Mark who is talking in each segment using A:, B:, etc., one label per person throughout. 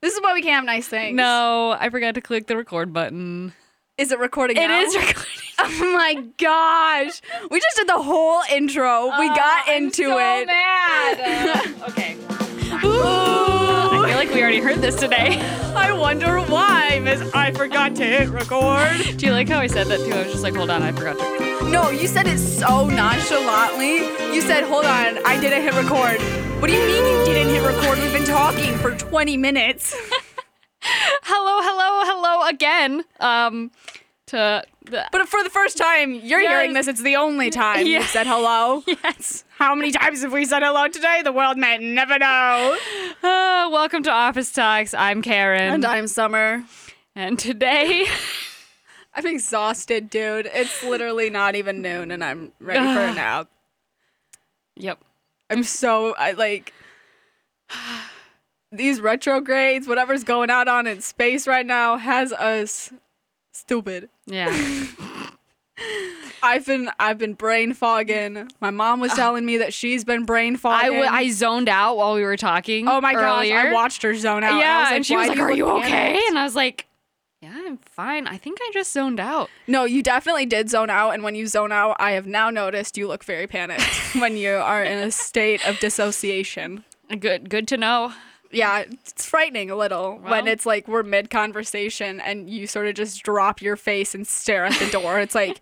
A: This is why we can't have nice things.
B: No, I forgot to click the record button.
A: Is it recording
B: It
A: now?
B: is recording.
A: Oh my gosh. We just did the whole intro. we
B: Oh,
A: got into it.
B: okay.
A: Ooh.
B: I feel like we already heard this today.
A: I wonder why, Miss. I forgot to hit record.
B: Do you like how I said that too? I was just like, hold on, I forgot to.
A: No, you said it so nonchalantly. You said, hold on, I didn't hit record. What do you mean you didn't hit record? We've been talking for 20 minutes.
B: Hello, hello, hello again. Um, to the,
A: But for the first time you're
B: Yes.
A: hearing this, it's the only time
B: Yeah.
A: you said hello.
B: yes.
A: How many times have we said hello today? The world might never know.
B: Uh, welcome to Office Talks. I'm Karen,
A: And I'm Summer.
B: and today
A: I'm exhausted, dude. It's literally not even noon, and I'm ready for a nap.
B: Yep.
A: I'm so I like these retrogrades, whatever's going on on in space right now, has us stupid.
B: Yeah.
A: I've been I've been brain fogging. My mom was telling me that she's been brain
B: I,
A: fogging.
B: w- I zoned out while we were talking.
A: oh my gosh,
B: earlier.
A: I watched her zone out.
B: Yeah,
A: I was like,
B: and she
A: "Why
B: was like,
A: do
B: "Are you
A: look
B: okay?"
A: panicked?"
B: And I was like, "Yeah, I'm fine. I think I just zoned out."
A: No, you definitely did zone out, and when you zone out, I have now noticed you look very panicked when you are in a state of dissociation.
B: Good, good to know.
A: yeah, it's frightening a little when
B: Well.
A: it's like we're mid conversation and you sort of just drop your face and stare at the door. It's like,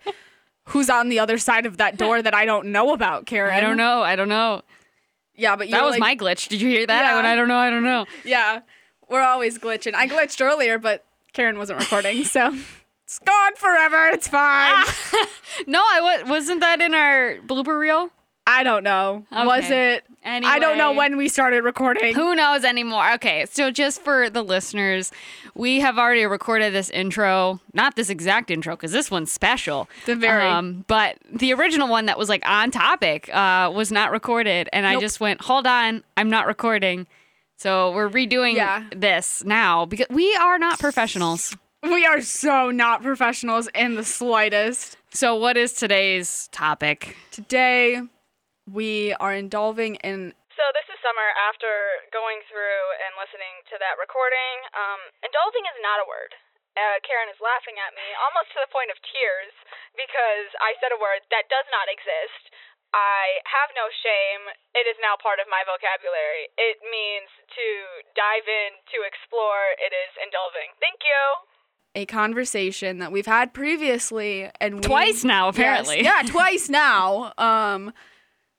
A: who's on the other side of that door that I don't know about, Karen?
B: I don't know. I don't know.
A: Yeah, but you
B: That
A: were
B: was
A: like,
B: my glitch. Did you hear that? I went,
A: Yeah.
B: I don't know. I don't know.
A: Yeah, we're always glitching. I glitched earlier, but Karen wasn't recording, so it's gone forever. It's fine.
B: Ah! No, I wa- wasn't that in our blooper reel.
A: I don't know. Was
B: Okay.
A: it?
B: Anyway,
A: I don't know when we started recording.
B: Who knows anymore? Okay, so just for the listeners, we have already recorded this intro, not this exact intro, because this one's special. Um,
A: The very-
B: but the original one that was like on topic uh, was not recorded, and I
A: Nope.
B: just went, "Hold on, I'm not recording." So we're redoing
A: Yeah.
B: this now because we are not professionals.
A: We are so not professionals in the slightest.
B: So what is today's topic?
A: Today, we are indulging in
C: So this is Summer after going through and listening to that recording. Um, indulging is not a word. Uh, Karen is laughing at me almost to the point of tears because I said a word that does not exist. I have no shame. It is now part of my vocabulary. It means to dive in, to explore. It is indulging. Thank you.
A: a conversation that we've had previously and we,
B: Twice now,
A: Yes,
B: apparently.
A: yeah, twice now. Um,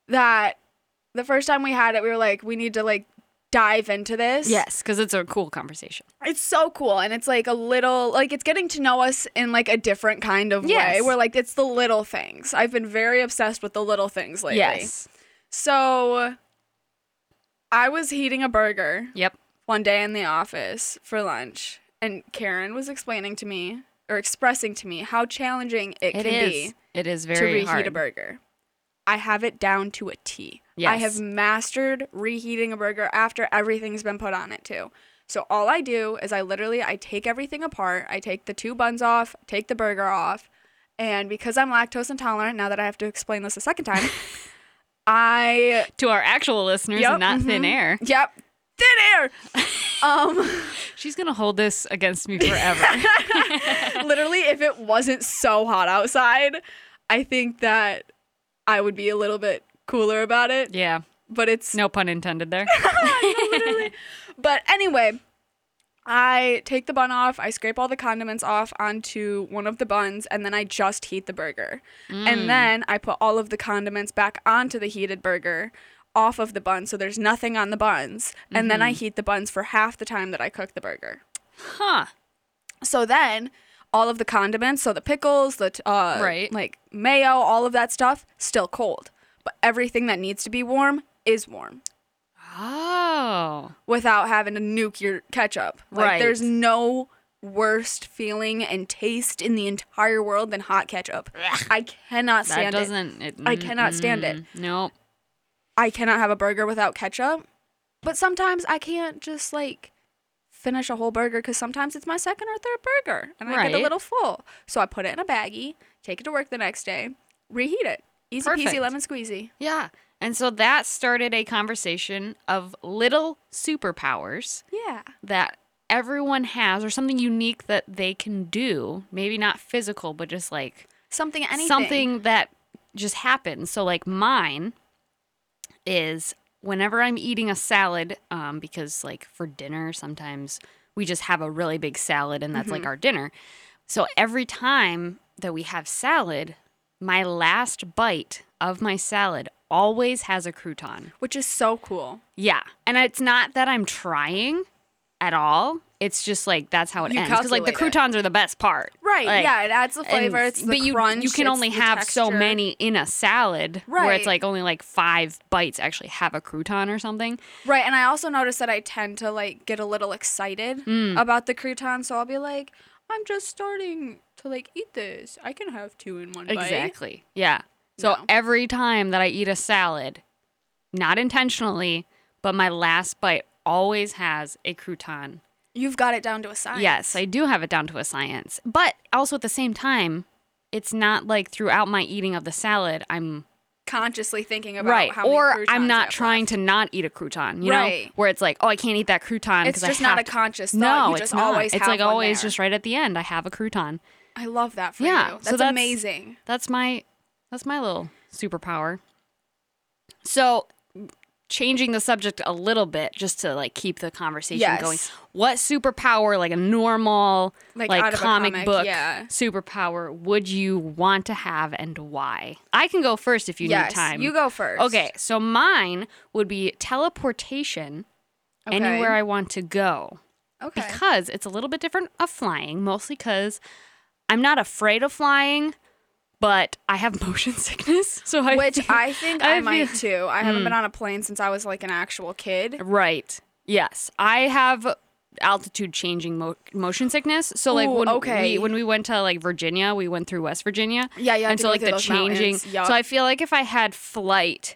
A: that the first time we had it, we were like, we need to like dive into this.
B: Yes, because it's a cool conversation.
A: it's so cool, and it's like a little like it's getting to know us in like a different kind of
B: Yes.
A: way. Where like it's the little things. I've been very obsessed with the little things lately.
B: Yes.
A: So, I was heating a burger.
B: Yep.
A: one day in the office for lunch, and Karen was explaining to me or expressing to me how challenging it,
B: It
A: can
B: is.
A: be
B: It is
A: to
B: very
A: reheat
B: hard.
A: a burger. I have it down to a T. I
B: Yes.
A: have mastered reheating a burger after everything's been put on it too. So all I do is I literally I take everything apart. I take the two buns off, take the burger off, and because I'm lactose intolerant, now that I have to explain this a second time, I
B: to our actual listeners
A: Yep, Mm-hmm.
B: and not thin air.
A: yep, thin air. um
B: She's gonna hold this against me forever.
A: literally if it wasn't so hot outside i think that i would be a little bit cooler about it
B: yeah,
A: but it's
B: no pun intended there.
A: but anyway i take the bun off i scrape all the condiments off onto one of the buns and then i just heat the burger
B: Mm.
A: and then i put all of the condiments back onto the heated burger off of the bun so there's nothing on the buns and then i
B: Mm-hmm.
A: heat the buns for half the time that i cook the burger
B: Huh?
A: So then all of the condiments, so the pickles, the t- uh,
B: Right.
A: like mayo, all of that stuff, still cold. But everything that needs to be warm is warm
B: Oh,
A: without having to nuke your ketchup. Like,
B: Right.
A: There's no worst feeling and taste in the entire world than hot ketchup. I cannot
B: that
A: stand it.
B: doesn't. It, mm,
A: I cannot stand it.
B: No.
A: I cannot have a burger without ketchup. But sometimes I can't just like finish a whole burger because sometimes it's my second or third burger and I get a
B: Right.
A: little full. So I put it in a baggie, take it to work the next day, reheat it. Easy
B: Perfect.
A: peasy lemon squeezy.
B: Yeah. And so that started a conversation of little superpowers
A: Yeah.
B: that everyone has or something unique that they can do. Maybe not physical, but just like
A: Something, anything.
B: something that just happens. So like mine is whenever I'm eating a salad, um, because like for dinner sometimes we just have a really big salad and that's like
A: Mm-hmm.
B: our dinner. So every time that we have salad, my last bite of my salad always has a crouton.
A: Which is so cool.
B: Yeah. And it's not that I'm trying at all. It's just like that's how it
A: You
B: ends. Because like the
A: calculate it.
B: croutons are the best part.
A: Right.
B: Like,
A: yeah. It adds the
B: and-
A: flavor. It's the
B: but you
A: crunch.
B: you can
A: it's
B: only
A: the
B: have so
A: texture.
B: many in a salad where
A: Right.
B: it's like only like five bites actually have a crouton or something.
A: Right, and I also notice that I tend to like get a little excited
B: Mm.
A: about the crouton, so I'll be like, I'm just starting to like eat this. I can have two in one bite.
B: Exactly. Yeah. So
A: No.
B: every time that I eat a salad, not intentionally, but my last bite always has a crouton.
A: You've got it down to a science.
B: Yes, I do have it down to a science. But also at the same time, it's not like throughout my eating of the salad I'm
A: consciously thinking about
B: right
A: how many
B: or
A: croutons
B: i'm
A: I
B: not
A: have
B: trying
A: left.
B: to not eat a crouton you know
A: Right.
B: where it's like oh i can't eat that crouton
A: It's
B: 'cause I
A: just not
B: have
A: a
B: to-
A: conscious thought.
B: no
A: You
B: it's
A: just
B: not
A: always
B: it's
A: have
B: like
A: one
B: always
A: there.
B: just right at the end i have a crouton
A: I love that for
B: Yeah,
A: you.
B: so
A: That's,
B: that's-
A: amazing.
B: that's my that's my little superpower so changing the subject a little bit just to like keep the conversation
A: Yes.
B: going what superpower like a normal like,
A: Like, out of a
B: comic,
A: comic,
B: book
A: yeah.
B: superpower would you want to have and why i can go first if you
A: yes,
B: need time
A: you go first.
B: Okay, so mine would be teleportation
A: Okay.
B: anywhere I want to go
A: Okay.
B: because it's a little bit different of flying, mostly because I'm not afraid of flying, but I have motion sickness. So I
A: Which
B: feel-
A: I think I,
B: feel- Mm.
A: might too. I haven't been on a plane since I was like an actual kid.
B: Right. Yes, I have altitude changing mo- motion sickness. So like
A: Ooh,
B: when
A: okay.
B: we when we went to like Virginia, we went through West Virginia.
A: Yeah, you have
B: And
A: to
B: so
A: go
B: like
A: through
B: the
A: those
B: changing.
A: mountains. Yup.
B: So I feel like if I had flight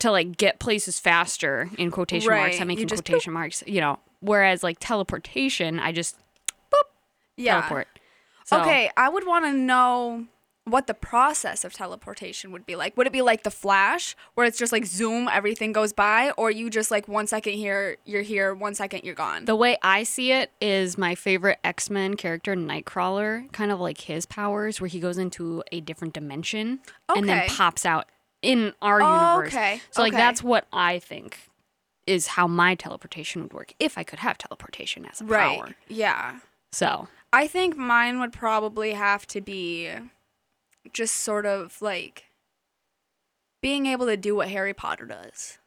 B: to like get places faster in quotation marks,
A: Right,
B: I'm making
A: you just
B: quotation marks, you know. Whereas like teleportation, I just
A: Yeah.
B: teleport. So,
A: Okay, I would want to know what the process of teleportation would be like. Would it be like the Flash, where it's just like zoom, everything goes by, or you just like one second here, you're here, one second you're gone?
B: The way I see it is my favorite X Men character, Nightcrawler, kind of like his powers, where he goes into a different dimension and then
A: Okay.
B: pops out in our
A: Oh,
B: universe.
A: okay,
B: So, like,
A: okay.
B: that's what I think is how my teleportation would work if I could have teleportation as a
A: right.
B: power.
A: Yeah.
B: So,
A: I think mine would probably have to be just sort of like being able to do what Harry Potter does.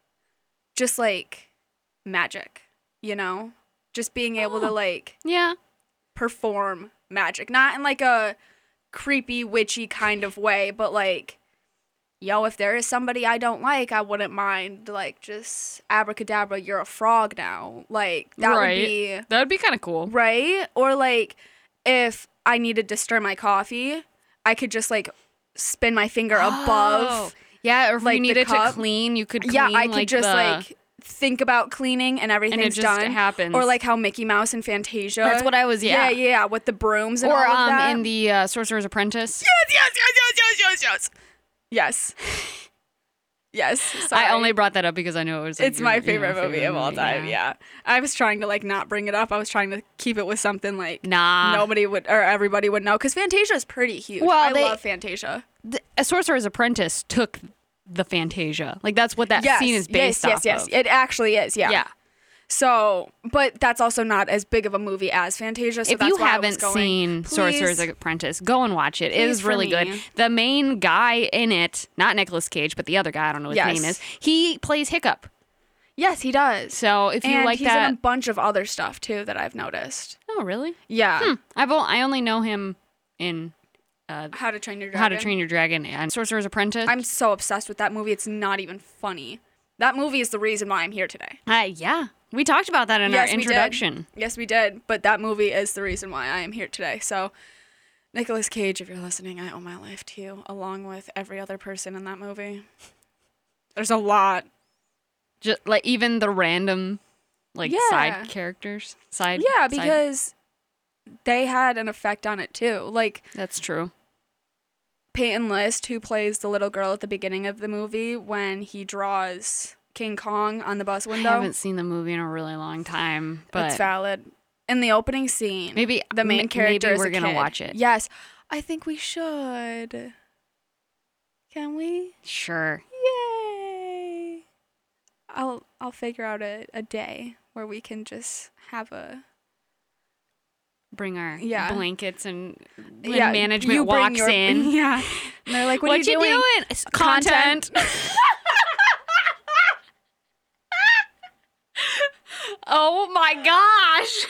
A: Just like magic, you know? Just being able to
B: Oh.
A: like
B: yeah.
A: perform magic. Not in like a creepy, witchy kind of way, but like, yo, if there is somebody I don't like, I wouldn't mind, like, just abracadabra, you're a frog now. Like, that would be
B: That would be kind of cool.
A: right. Or like, if I needed to stir my coffee, I could just like spin my finger
B: Oh,
A: above.
B: Yeah, or if
A: like,
B: you
A: the
B: needed to
A: cup.
B: clean, you could clean.
A: Yeah, I could
B: like,
A: just
B: the-
A: like think about cleaning and everything's
B: And it just
A: done.
B: happens.
A: Or like how Mickey Mouse and Fantasia.
B: That's what I was- yeah.
A: yeah, with the brooms and
B: Or
A: all of
B: um,
A: that.
B: in the uh, Sorcerer's Apprentice.
A: yes, yes, yes, yes, yes, yes, yes. Yes. Yes. Sorry.
B: I only brought that up because I know it was. like,
A: It's
B: your-
A: my
B: you know,
A: favorite movie of all time. Yeah. I was trying to like not bring it up. I was trying to keep it with something like
B: Nah.
A: nobody would or everybody would know because Fantasia is pretty huge.
B: Well,
A: I
B: they-
A: love Fantasia.
B: The- a Sorcerer's Apprentice took the Fantasia. Like that's what that
A: yes.
B: scene is
A: yes.
B: based
A: Yes.
B: off
A: yes.
B: of.
A: It actually is. Yeah.
B: yeah.
A: So, but that's also not as big of a movie as Fantasia. So
B: if
A: that's
B: you
A: why I was
B: haven't
A: going,
B: seen Sorcerer's
A: please-
B: Apprentice, go and watch it. It
A: Please
B: is
A: for
B: really good.
A: me.
B: The main guy in it, not Nicolas Cage, but the other guy, I don't know what his name
A: Yes.
B: is. He plays Hiccup.
A: yes, he does.
B: So if you
A: and
B: like
A: he's
B: that,
A: in a bunch of other stuff too that I've noticed.
B: oh really?
A: Yeah.
B: I've o- I only know him in
A: How to Train Your Dragon.
B: How to Train Your Dragon and Sorcerer's Apprentice.
A: I'm so obsessed with that movie. It's not even funny. That movie is the reason why I'm here today.
B: uh, yeah, we talked about that in
A: yes,
B: our
A: we did.
B: introduction.
A: Yes, we did. But that movie is the reason why I am here today. So, Nicolas Cage, if you're listening, I owe my life to you, along with every other person in that movie. There's a lot.
B: just like even the random like
A: Yeah.
B: side characters side
A: Yeah,
B: side-
A: because they had an effect on it too. Like
B: that's true
A: Peyton List, who plays the little girl at the beginning of the movie, when he draws King Kong on the bus window.
B: i haven't seen the movie in a really long time but
A: It's valid. in the opening scene.
B: Maybe
A: the main
B: m-
A: character.
B: Maybe
A: is
B: we're
A: a
B: gonna
A: kid.
B: watch it.
A: Yes, I think we should. Can we?
B: Sure.
A: Yay! I'll I'll figure out a, a day where we can just have a
B: Bring our
A: Yeah.
B: blankets and when management walks
A: your-
B: in.
A: Yeah, and they're like, "What, are you, doing?
B: It's
A: Content.
B: Content. oh my gosh.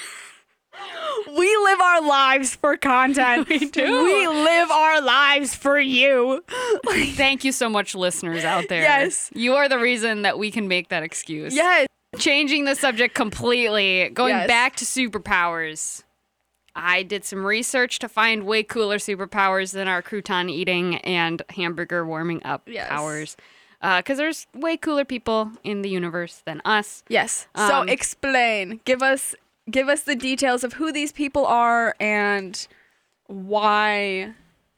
A: We live our lives for content. we
B: do.
A: We live our lives for you.
B: Thank you so much, listeners out there.
A: Yes.
B: You are the reason that we can make that excuse.
A: yes.
B: Changing the subject completely, going
A: Yes.
B: back to superpowers. I did some research to find way cooler superpowers than our crouton eating and hamburger warming up
A: Yes.
B: powers. Because there's way cooler people in the universe than us.
A: Yes. so
B: Um,
A: explain. Give us give us the details of who these people are and why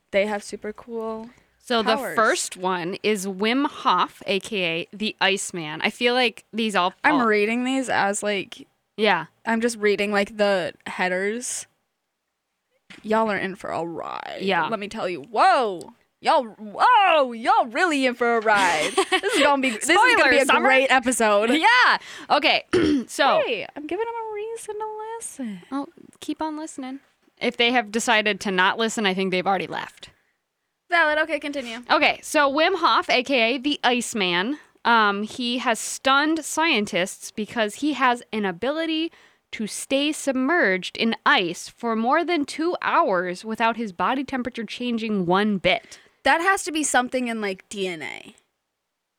A: they have super cool.
B: So
A: powers.
B: the first one is Wim Hof, aka the Iceman. I feel like these all.
A: I'm
B: all-
A: reading these as like
B: Yeah.
A: I'm just reading like the headers. Y'all are in for a ride.
B: Yeah.
A: Let me tell you. Whoa. Y'all whoa, y'all really in for a ride. this is gonna be this is gonna be
B: Spoiler,
A: a
B: Summer.
A: great episode.
B: Yeah. Okay. so
A: Hey, I'm giving them a reason to listen.
B: oh, keep on listening. If they have decided to not listen, I think they've already left.
A: Valid, okay, continue.
B: Okay. So Wim Hof, aka the Iceman, um, he has stunned scientists because he has an ability to stay submerged in ice for more than two hours without his body temperature changing one bit.
A: That has to be something in like DNA.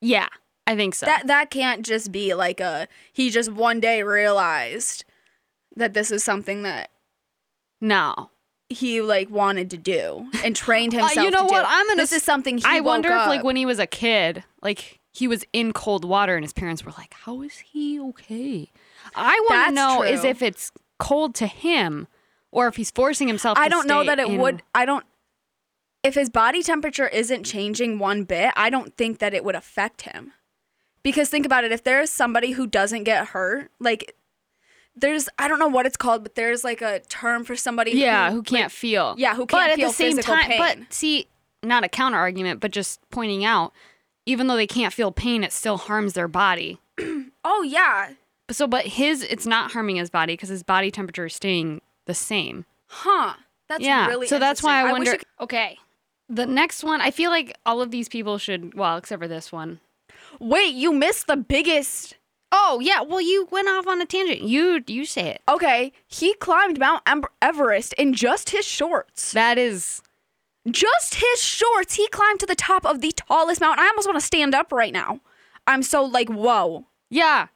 B: Yeah, I think so.
A: That that can't just be like a he just one day realized that this is something that
B: no.
A: he like wanted to do and trained himself.
B: Uh, you know
A: to do.
B: what? I'm gonna
A: This is
B: s-
A: something he
B: I
A: woke
B: wonder if like
A: up.
B: when he was a kid, like he was in cold water and his parents were like, "How is he okay?" I want
A: That's
B: to know is
A: true.
B: if it's cold to him or if he's forcing himself
A: I
B: to
A: don't know
B: stay
A: that it
B: in-
A: would. I don't. If his body temperature isn't changing one bit, I don't think that it would affect him. Because think about it, if there is somebody who doesn't get hurt, like there's I don't know what it's called, but there's like a term for somebody.
B: Yeah,
A: who,
B: who can't feel.
A: yeah, who
B: but
A: can't
B: at
A: feel
B: the same
A: physical
B: time,
A: pain.
B: but see, not a counter argument, but just pointing out even though they can't feel pain, it still harms their body.
A: oh yeah,
B: But so but his it's not harming his body cuz his body temperature is staying the same.
A: huh? That's
B: yeah.
A: really
B: so that's why
A: interesting.
B: I
A: wish
B: wonder.
A: you could-
B: okay, the next one. I feel like all of these people should. Well, except for this one.
A: Wait, you missed the biggest.
B: Oh yeah. Well, you went off on a tangent. You you say it.
A: Okay, he climbed Mount Em- Everest in just his shorts.
B: That is.
A: Just his shorts. He climbed to the top of the tallest mountain. I almost want to stand up right now. I'm so like, whoa.
B: Yeah.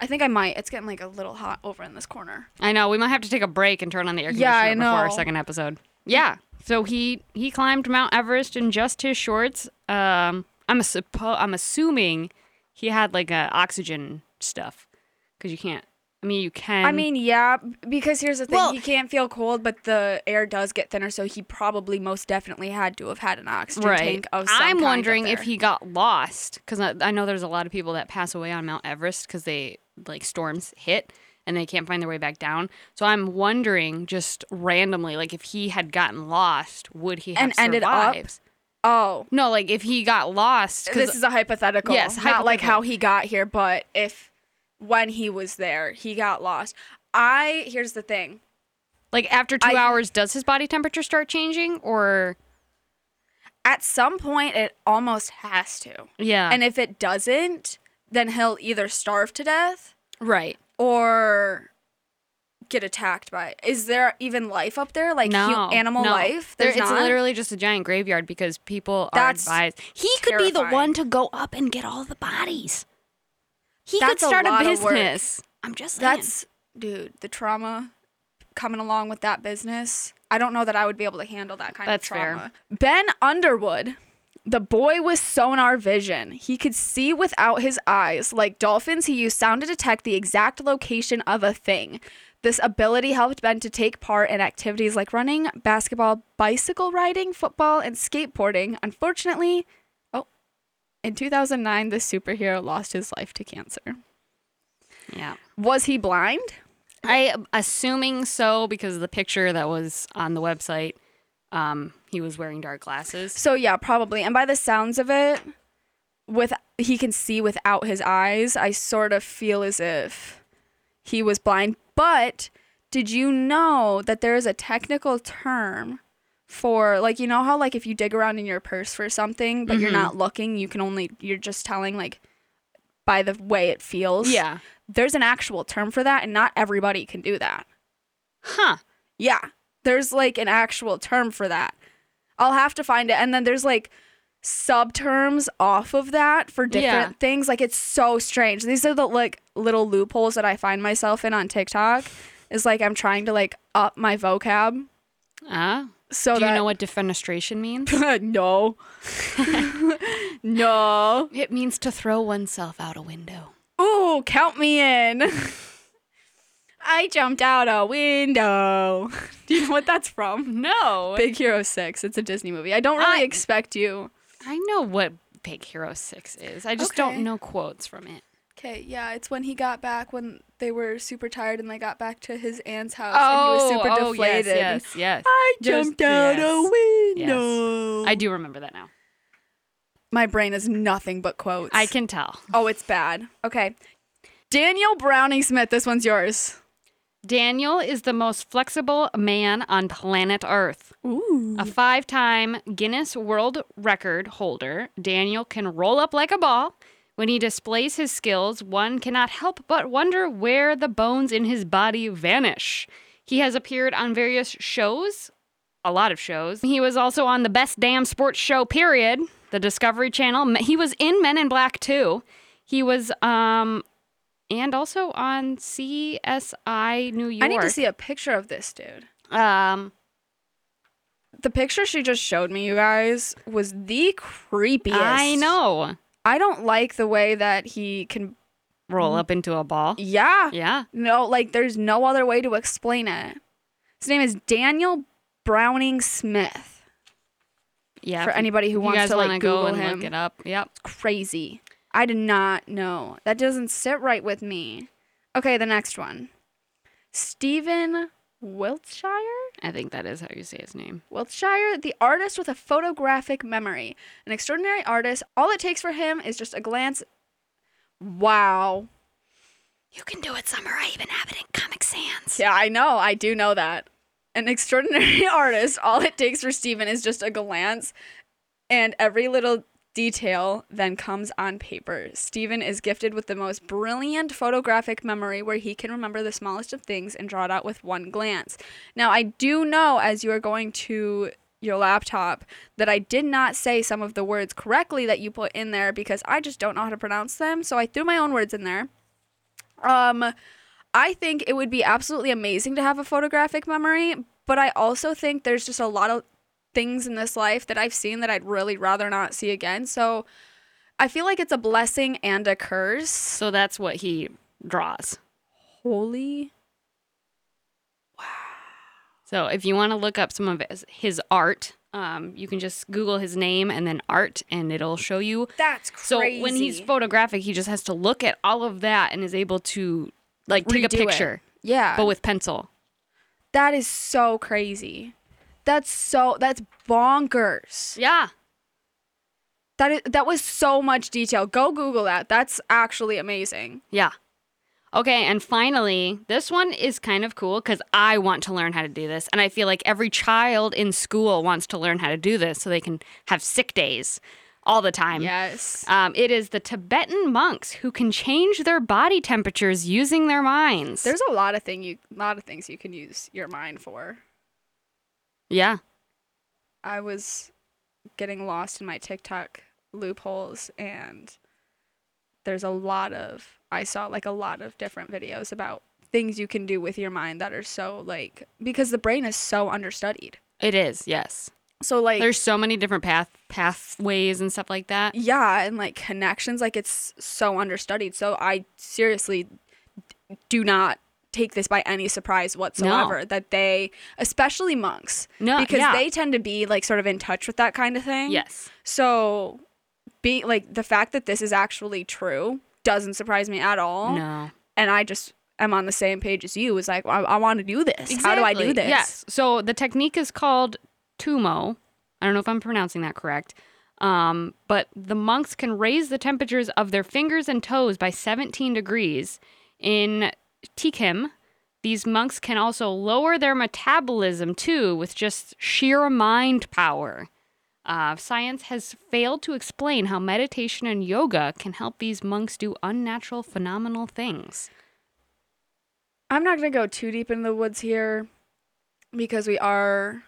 A: I think I might. It's getting like a little hot over in this corner.
B: I know. We might have to take a break and turn on the air conditioner
A: Yeah, I
B: before our
A: know.
B: second episode. Yeah. So he he climbed Mount Everest in just his shorts. Um, I'm a suppo- I'm assuming he had like a oxygen stuff because you can't. I mean, you can.
A: I mean, yeah, b- because here's the thing.
B: Well-
A: he can't feel cold, but the air does get thinner, so he probably most definitely had to have had an oxygen tank of some
B: I'm
A: kind up
B: wondering if
A: there.
B: he got lost because I, I know there's a lot of people that pass away on Mount Everest because they like storms hit and they can't find their way back down. So I'm wondering just randomly, like if he had gotten lost, would he have
A: And ended up?
B: survived?
A: Oh,
B: No, like if he got lost,
A: this
B: because
A: is a hypothetical.
B: Yes,
A: not like
B: hypothetical.
A: how he got here, but if when he was there, he got lost. I here's the thing.
B: like after two
A: I-
B: hours, does his body temperature start changing or
A: At some point, it almost has to.
B: yeah?
A: And if it doesn't, then he'll either starve to death
B: right,
A: or get attacked by. Is there even life up there? Like
B: no
A: hu- animal
B: no.
A: life?
B: There,
A: There's
B: it's
A: not.
B: literally just a giant graveyard because people
A: That's
B: are advised. He could be the
A: terrifying.
B: one to go up and get all the bodies. He
A: That's a
B: could start
A: lot
B: a
A: of work.
B: business. I'm just saying.
A: That's dude. The trauma coming along with that business. I don't know that I would be able to handle that kind
B: That's
A: of
B: fair.
A: trauma. Ben Underwood. The boy with sonar vision. He could see without his eyes. Like dolphins, he used sound to detect the exact location of a thing. This ability helped Ben to take part in activities like running, basketball, bicycle riding, football, and skateboarding. Unfortunately, oh, in 2009, this superhero lost his life to cancer.
B: yeah.
A: Was he blind?
B: I assuming so because the picture that was on the website, um, he was wearing dark glasses.
A: So yeah, probably. And by the sounds of it, with he can see without his eyes. I sort of feel as if he was blind. But did you know that there is a technical term for like you know how like if you dig around in your purse for something but you're not looking, you can only you're just telling like by the way it feels.
B: Yeah.
A: There's an actual term for that and not everybody can do that.
B: Huh.
A: Yeah. There's like an actual term for that. I'll have to find it. And then there's like subterms off of that for different
B: Yeah.
A: things. Like it's so strange. These are the like little loopholes that I find myself in on TikTok. Is like I'm trying to like up my vocab.
B: Uh,
A: So
B: do
A: that
B: you know what defenestration means?
A: no. no.
B: It means to throw oneself out a window.
A: Ooh, count me in. I jumped out a window. Do you know what that's from?
B: No.
A: Big Hero 6. It's a Disney movie. I don't really
B: I-
A: expect you.
B: I know what Big Hero 6 is. I just
A: Okay.
B: don't know quotes from it.
A: Okay, yeah, it's when he got back when they were super tired and they got back to his aunt's house and he was super deflated.
B: Oh, Yes, yes, yes.
A: I
B: Just-
A: jumped out
B: yes.
A: a window.
B: I do remember that now.
A: My brain is nothing but quotes.
B: I can tell.
A: Oh, it's bad. Okay. Daniel Browning Smith, this one's yours.
B: Daniel is the most flexible man on planet Earth.
A: Ooh.
B: A five time Guinness World Record holder, Daniel can roll up like a ball. When he displays his skills, one cannot help but wonder where the bones in his body vanish. He has appeared on various shows, a lot of shows. He was also on the best damn sports show, period, the Discovery Channel. He was in Men in Black, too. He was, um, and also on CSI New York.
A: I need to see a picture of this dude.
B: Um,
A: The picture she just showed me, you guys, was the creepiest.
B: I know.
A: I don't like the way that he can.
B: Roll up into a ball.
A: Yeah.
B: Yeah.
A: No, like there's no other way to explain it. His name is Daniel Browning Smith.
B: Yeah.
A: for
B: if
A: anybody who
B: you
A: wants
B: guys
A: to
B: wanna
A: like
B: go
A: Google
B: and
A: him,
B: look it up. Yep.
A: crazy. I did not know. That doesn't sit right with me. Okay, the next one. Stephen Wiltshire?
B: I think that is how you say his name.
A: Wiltshire, the artist with a photographic memory. An extraordinary artist. All it takes for him is just a glance. Wow.
B: You can do it, Summer. I even have it in Comic Sans.
A: Yeah, I know. I do know that. An extraordinary artist, all it takes for Steven is just a glance and every little detail then comes on paper. Steven is gifted with the most brilliant photographic memory where he can remember the smallest of things and draw it out with one glance. Now, I do know as you are going to your laptop that I did not say some of the words correctly that you put in there because I just don't know how to pronounce them, so I threw my own words in there. Um, I think it would be absolutely amazing to have a photographic memory, but I also think there's just a lot of things in this life that I've seen that I'd really rather not see again. So I feel like it's a blessing and a curse.
B: So that's what he draws.
A: Holy.
B: So if you want to look up some of his, his art, um, you can just Google his name and then art, and it'll show you.
A: That's
B: So when he's photographic, he just has to look at all of that and is able to like take a
A: Redo it.
B: picture,
A: yeah.
B: but with pencil.
A: that is so crazy. That's so that's bonkers.
B: Yeah.
A: That is that was so much detail. Go Google that. That's actually amazing.
B: Yeah. Okay, and finally, this one is kind of cool because I want to learn how to do this. And I feel like every child in school wants to learn how to do this so they can have sick days all the time.
A: Yes.
B: Um, it is the Tibetan monks who can change their body temperatures using their minds.
A: There's a lot of thing you lot of things you can use your mind for.
B: yeah.
A: I was getting lost in my TikTok loopholes and there's a lot of I saw like a lot of different videos about things you can do with your mind that are so like because the brain is so understudied.
B: It is, yes.
A: So like
B: There's so many different path pathways and stuff like that.
A: yeah, and like connections like it's so understudied. So I seriously do not take this by any surprise whatsoever that they especially monks
B: No,
A: because
B: yeah.
A: they tend to be like sort of in touch with that kind of thing.
B: Yes.
A: So, be like the fact that this is actually true doesn't surprise me at all.
B: No.
A: And I just am on the same page as you is like, I, I want to do this. How do I do
B: Exactly,
A: this?
B: Yes. So the technique is called Tumo. I don't know if I'm pronouncing that correct. Um, but the monks can raise the temperatures of their fingers and toes by 17 degrees. In Tikhim, these monks can also lower their metabolism too with just sheer mind power. Uh, science has failed to explain how meditation and yoga can help these monks do unnatural, phenomenal things.
A: I'm not gonna go too deep in the woods here because we are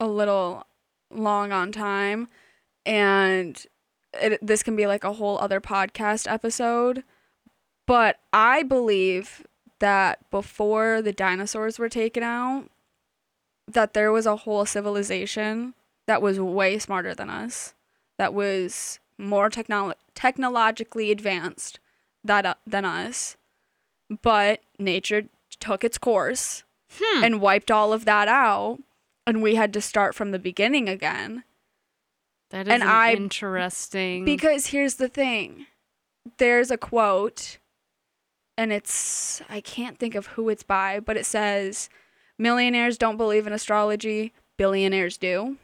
A: a little long on time and it, this can be like a whole other podcast episode but I believe that before the dinosaurs were taken out that there was a whole civilization that was way smarter than us that was more technolo- technologically advanced that, uh, than us but nature took its course and wiped all of that out and we had to start from the beginning again
B: That is
A: And
B: an
A: I-
B: interesting.
A: because here's the thing there's a quote and it's i can't think of who it's by but it says millionaires don't believe in astrology billionaires do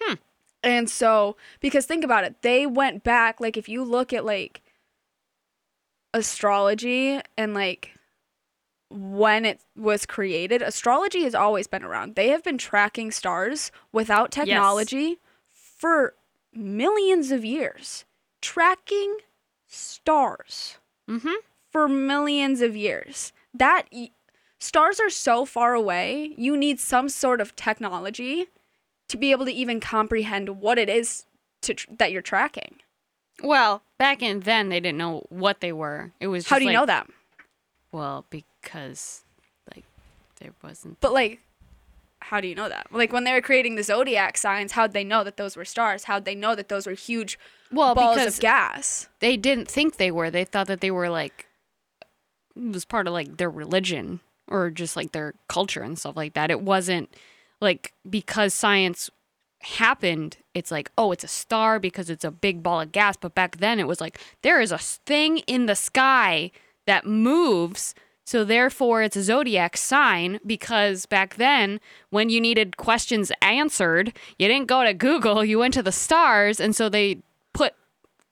B: Hmm.
A: and so because think about it they went back like if you look at like astrology and like when it was created astrology has always been around they have been tracking stars without technology for millions of years tracking stars
B: Mm-hmm.
A: for millions of years that y- stars are so far away you need some sort of technology to be able to even comprehend what it is to tr- that you're tracking
B: Well, back in then, they didn't know what they were. It was. Just
A: how do you
B: like-
A: know that
B: Well, because like there wasn't.
A: but like how do you know that like when they were creating the zodiac signs how'd they know that those were stars how'd they know that those were huge
B: Well,
A: balls
B: because
A: of gas
B: they didn't think they were. They thought that they were like it was part of like their religion or just like their culture and stuff like that. It wasn't like because science happened, it's like, oh, it's a star because it's a big ball of gas. But back then it was like, there is a s- thing in the sky that moves. So therefore it's a zodiac sign because back then when you needed questions answered, you didn't go to Google, you went to the stars. And so they put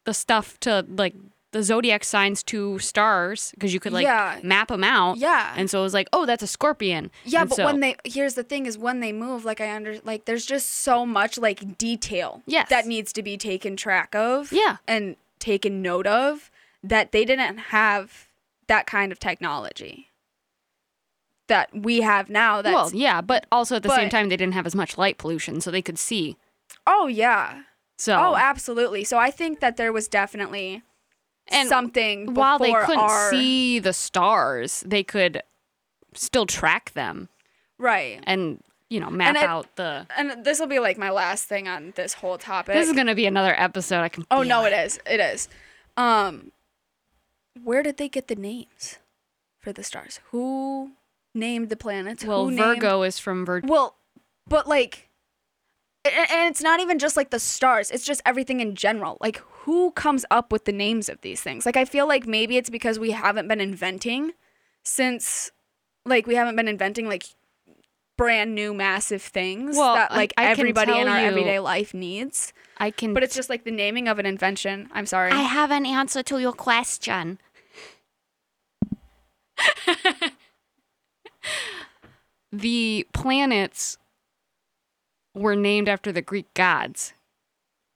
B: the stuff to like the zodiac signs to stars because you could like
A: Yeah.
B: map them out.
A: Yeah.
B: And so it was like, oh, that's a scorpion.
A: Yeah,
B: And
A: but
B: so-
A: when they here's the thing is when they move, like I under like there's just so much like detail
B: Yes.
A: that needs to be taken track of.
B: Yeah.
A: And taken note of that they didn't have that kind of technology that we have now that's
B: well, yeah, but also at the same
A: but-
B: time, they didn't have as much light pollution, so they could see.
A: oh yeah.
B: So
A: Oh, absolutely. So I think that there was definitely
B: And
A: something
B: while they
A: before
B: couldn't
A: our-
B: see the stars, they could still track them
A: right.
B: and you know map
A: And I-
B: out the.
A: And this will be like my last thing on this whole topic.
B: This is gonna be another episode. I can.
A: Oh
B: feel
A: no,
B: it.
A: it is. It is. Um, where did they get the names for the stars? Who named the planets?
B: Well,
A: Who named-
B: Virgo is from Virgo.
A: Well, but like, a- a- and it's not even just like the stars. It's just everything in general. Like, who comes up with the names of these things? Like, I feel like maybe it's because we haven't been inventing since, like, we haven't been inventing like brand new massive things
B: Well,
A: that
B: I-
A: like
B: I can
A: everybody in
B: tell
A: our
B: you-
A: everyday life needs.
B: I can.
A: But it's just like the naming of an invention. I'm sorry.
B: I have an answer to your question. the planets were named after the Greek gods.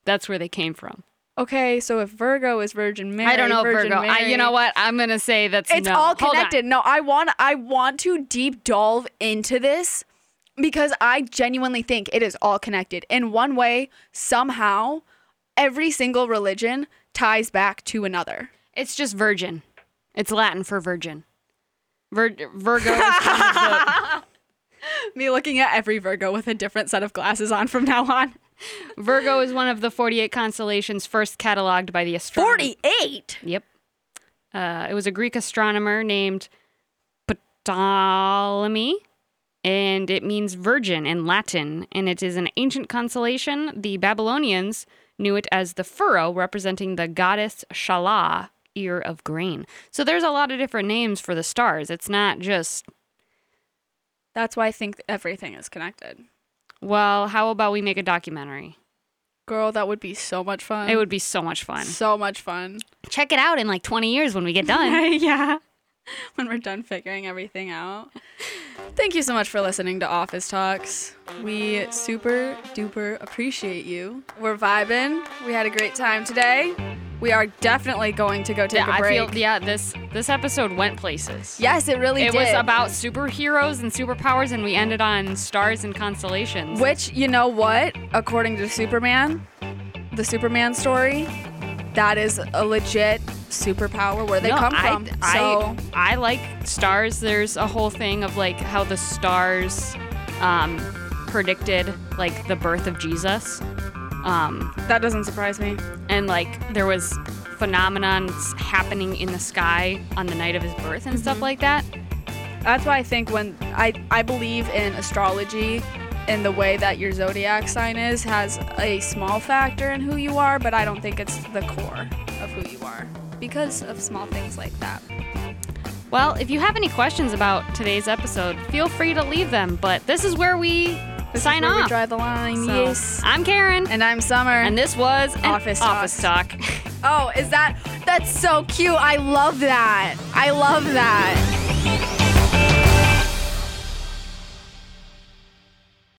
B: That's where they came from.
A: Okay, so if Virgo is Virgin Mary,
B: I don't know
A: Virgin
B: Virgo. I,
A: Mary-
B: you know what? I'm gonna say that's
A: It's
B: no.
A: all
B: Hold on.
A: connected. No, I want I want to deep delve into this because I genuinely think it is all connected in one way. Somehow, every single religion ties back to another.
B: It's just virgin. It's Latin for virgin. Vir- Virgo. Is one of the-
A: Me looking at every Virgo with a different set of glasses on from now on.
B: Virgo is one of the 48 constellations first cataloged by the astronomer.
A: Forty-eight.
B: Yep. Uh, it was a Greek astronomer named Ptolemy, and it means virgin in Latin, and it is an ancient constellation. The Babylonians knew it as the furrow, representing the goddess Shelah, ear of grain. So there's a lot of different names for the stars. It's not just
A: That's why I think everything is connected.
B: well, how about we make a documentary?
A: Girl, that would be so much fun.
B: It would be so much fun.
A: so much fun.
B: Check it out in like 20 years when we get done.
A: yeah. When we're done figuring everything out. Thank you so much for listening to Office Talks. We super duper appreciate you. We're vibing. We had a great time today. We are definitely going to go take
B: yeah,
A: a
B: I
A: break.
B: feel yeah, this this episode went places.
A: yes, it really
B: It
A: did.
B: was about superheroes and superpowers and we ended on stars and constellations.
A: Which, you know what? According to Superman, the Superman story, that is a legit superpower where they
B: No,
A: come
B: I,
A: from.
B: I,
A: so,
B: I like stars. There's a whole thing of like how the stars um, predicted like the birth of Jesus, um,
A: that doesn't surprise me.
B: and like there was phenomenon happening in the sky on the night of his birth and
A: Mm-hmm.
B: stuff like that.
A: That's why I think when I I believe in astrology and the way that your zodiac sign is has a small factor in who you are, but I don't think it's the core of who you are because of small things like that.
B: Well, if you have any questions about today's episode, feel free to leave them. But this is where we
A: This is
B: sign
A: where we
B: off.
A: draw the line.
B: So,
A: yes.
B: I'm Karen,
A: And I'm Summer.
B: and this was an
A: Office
B: office talk.
A: oh, is that that's so cute. I love that. I love that.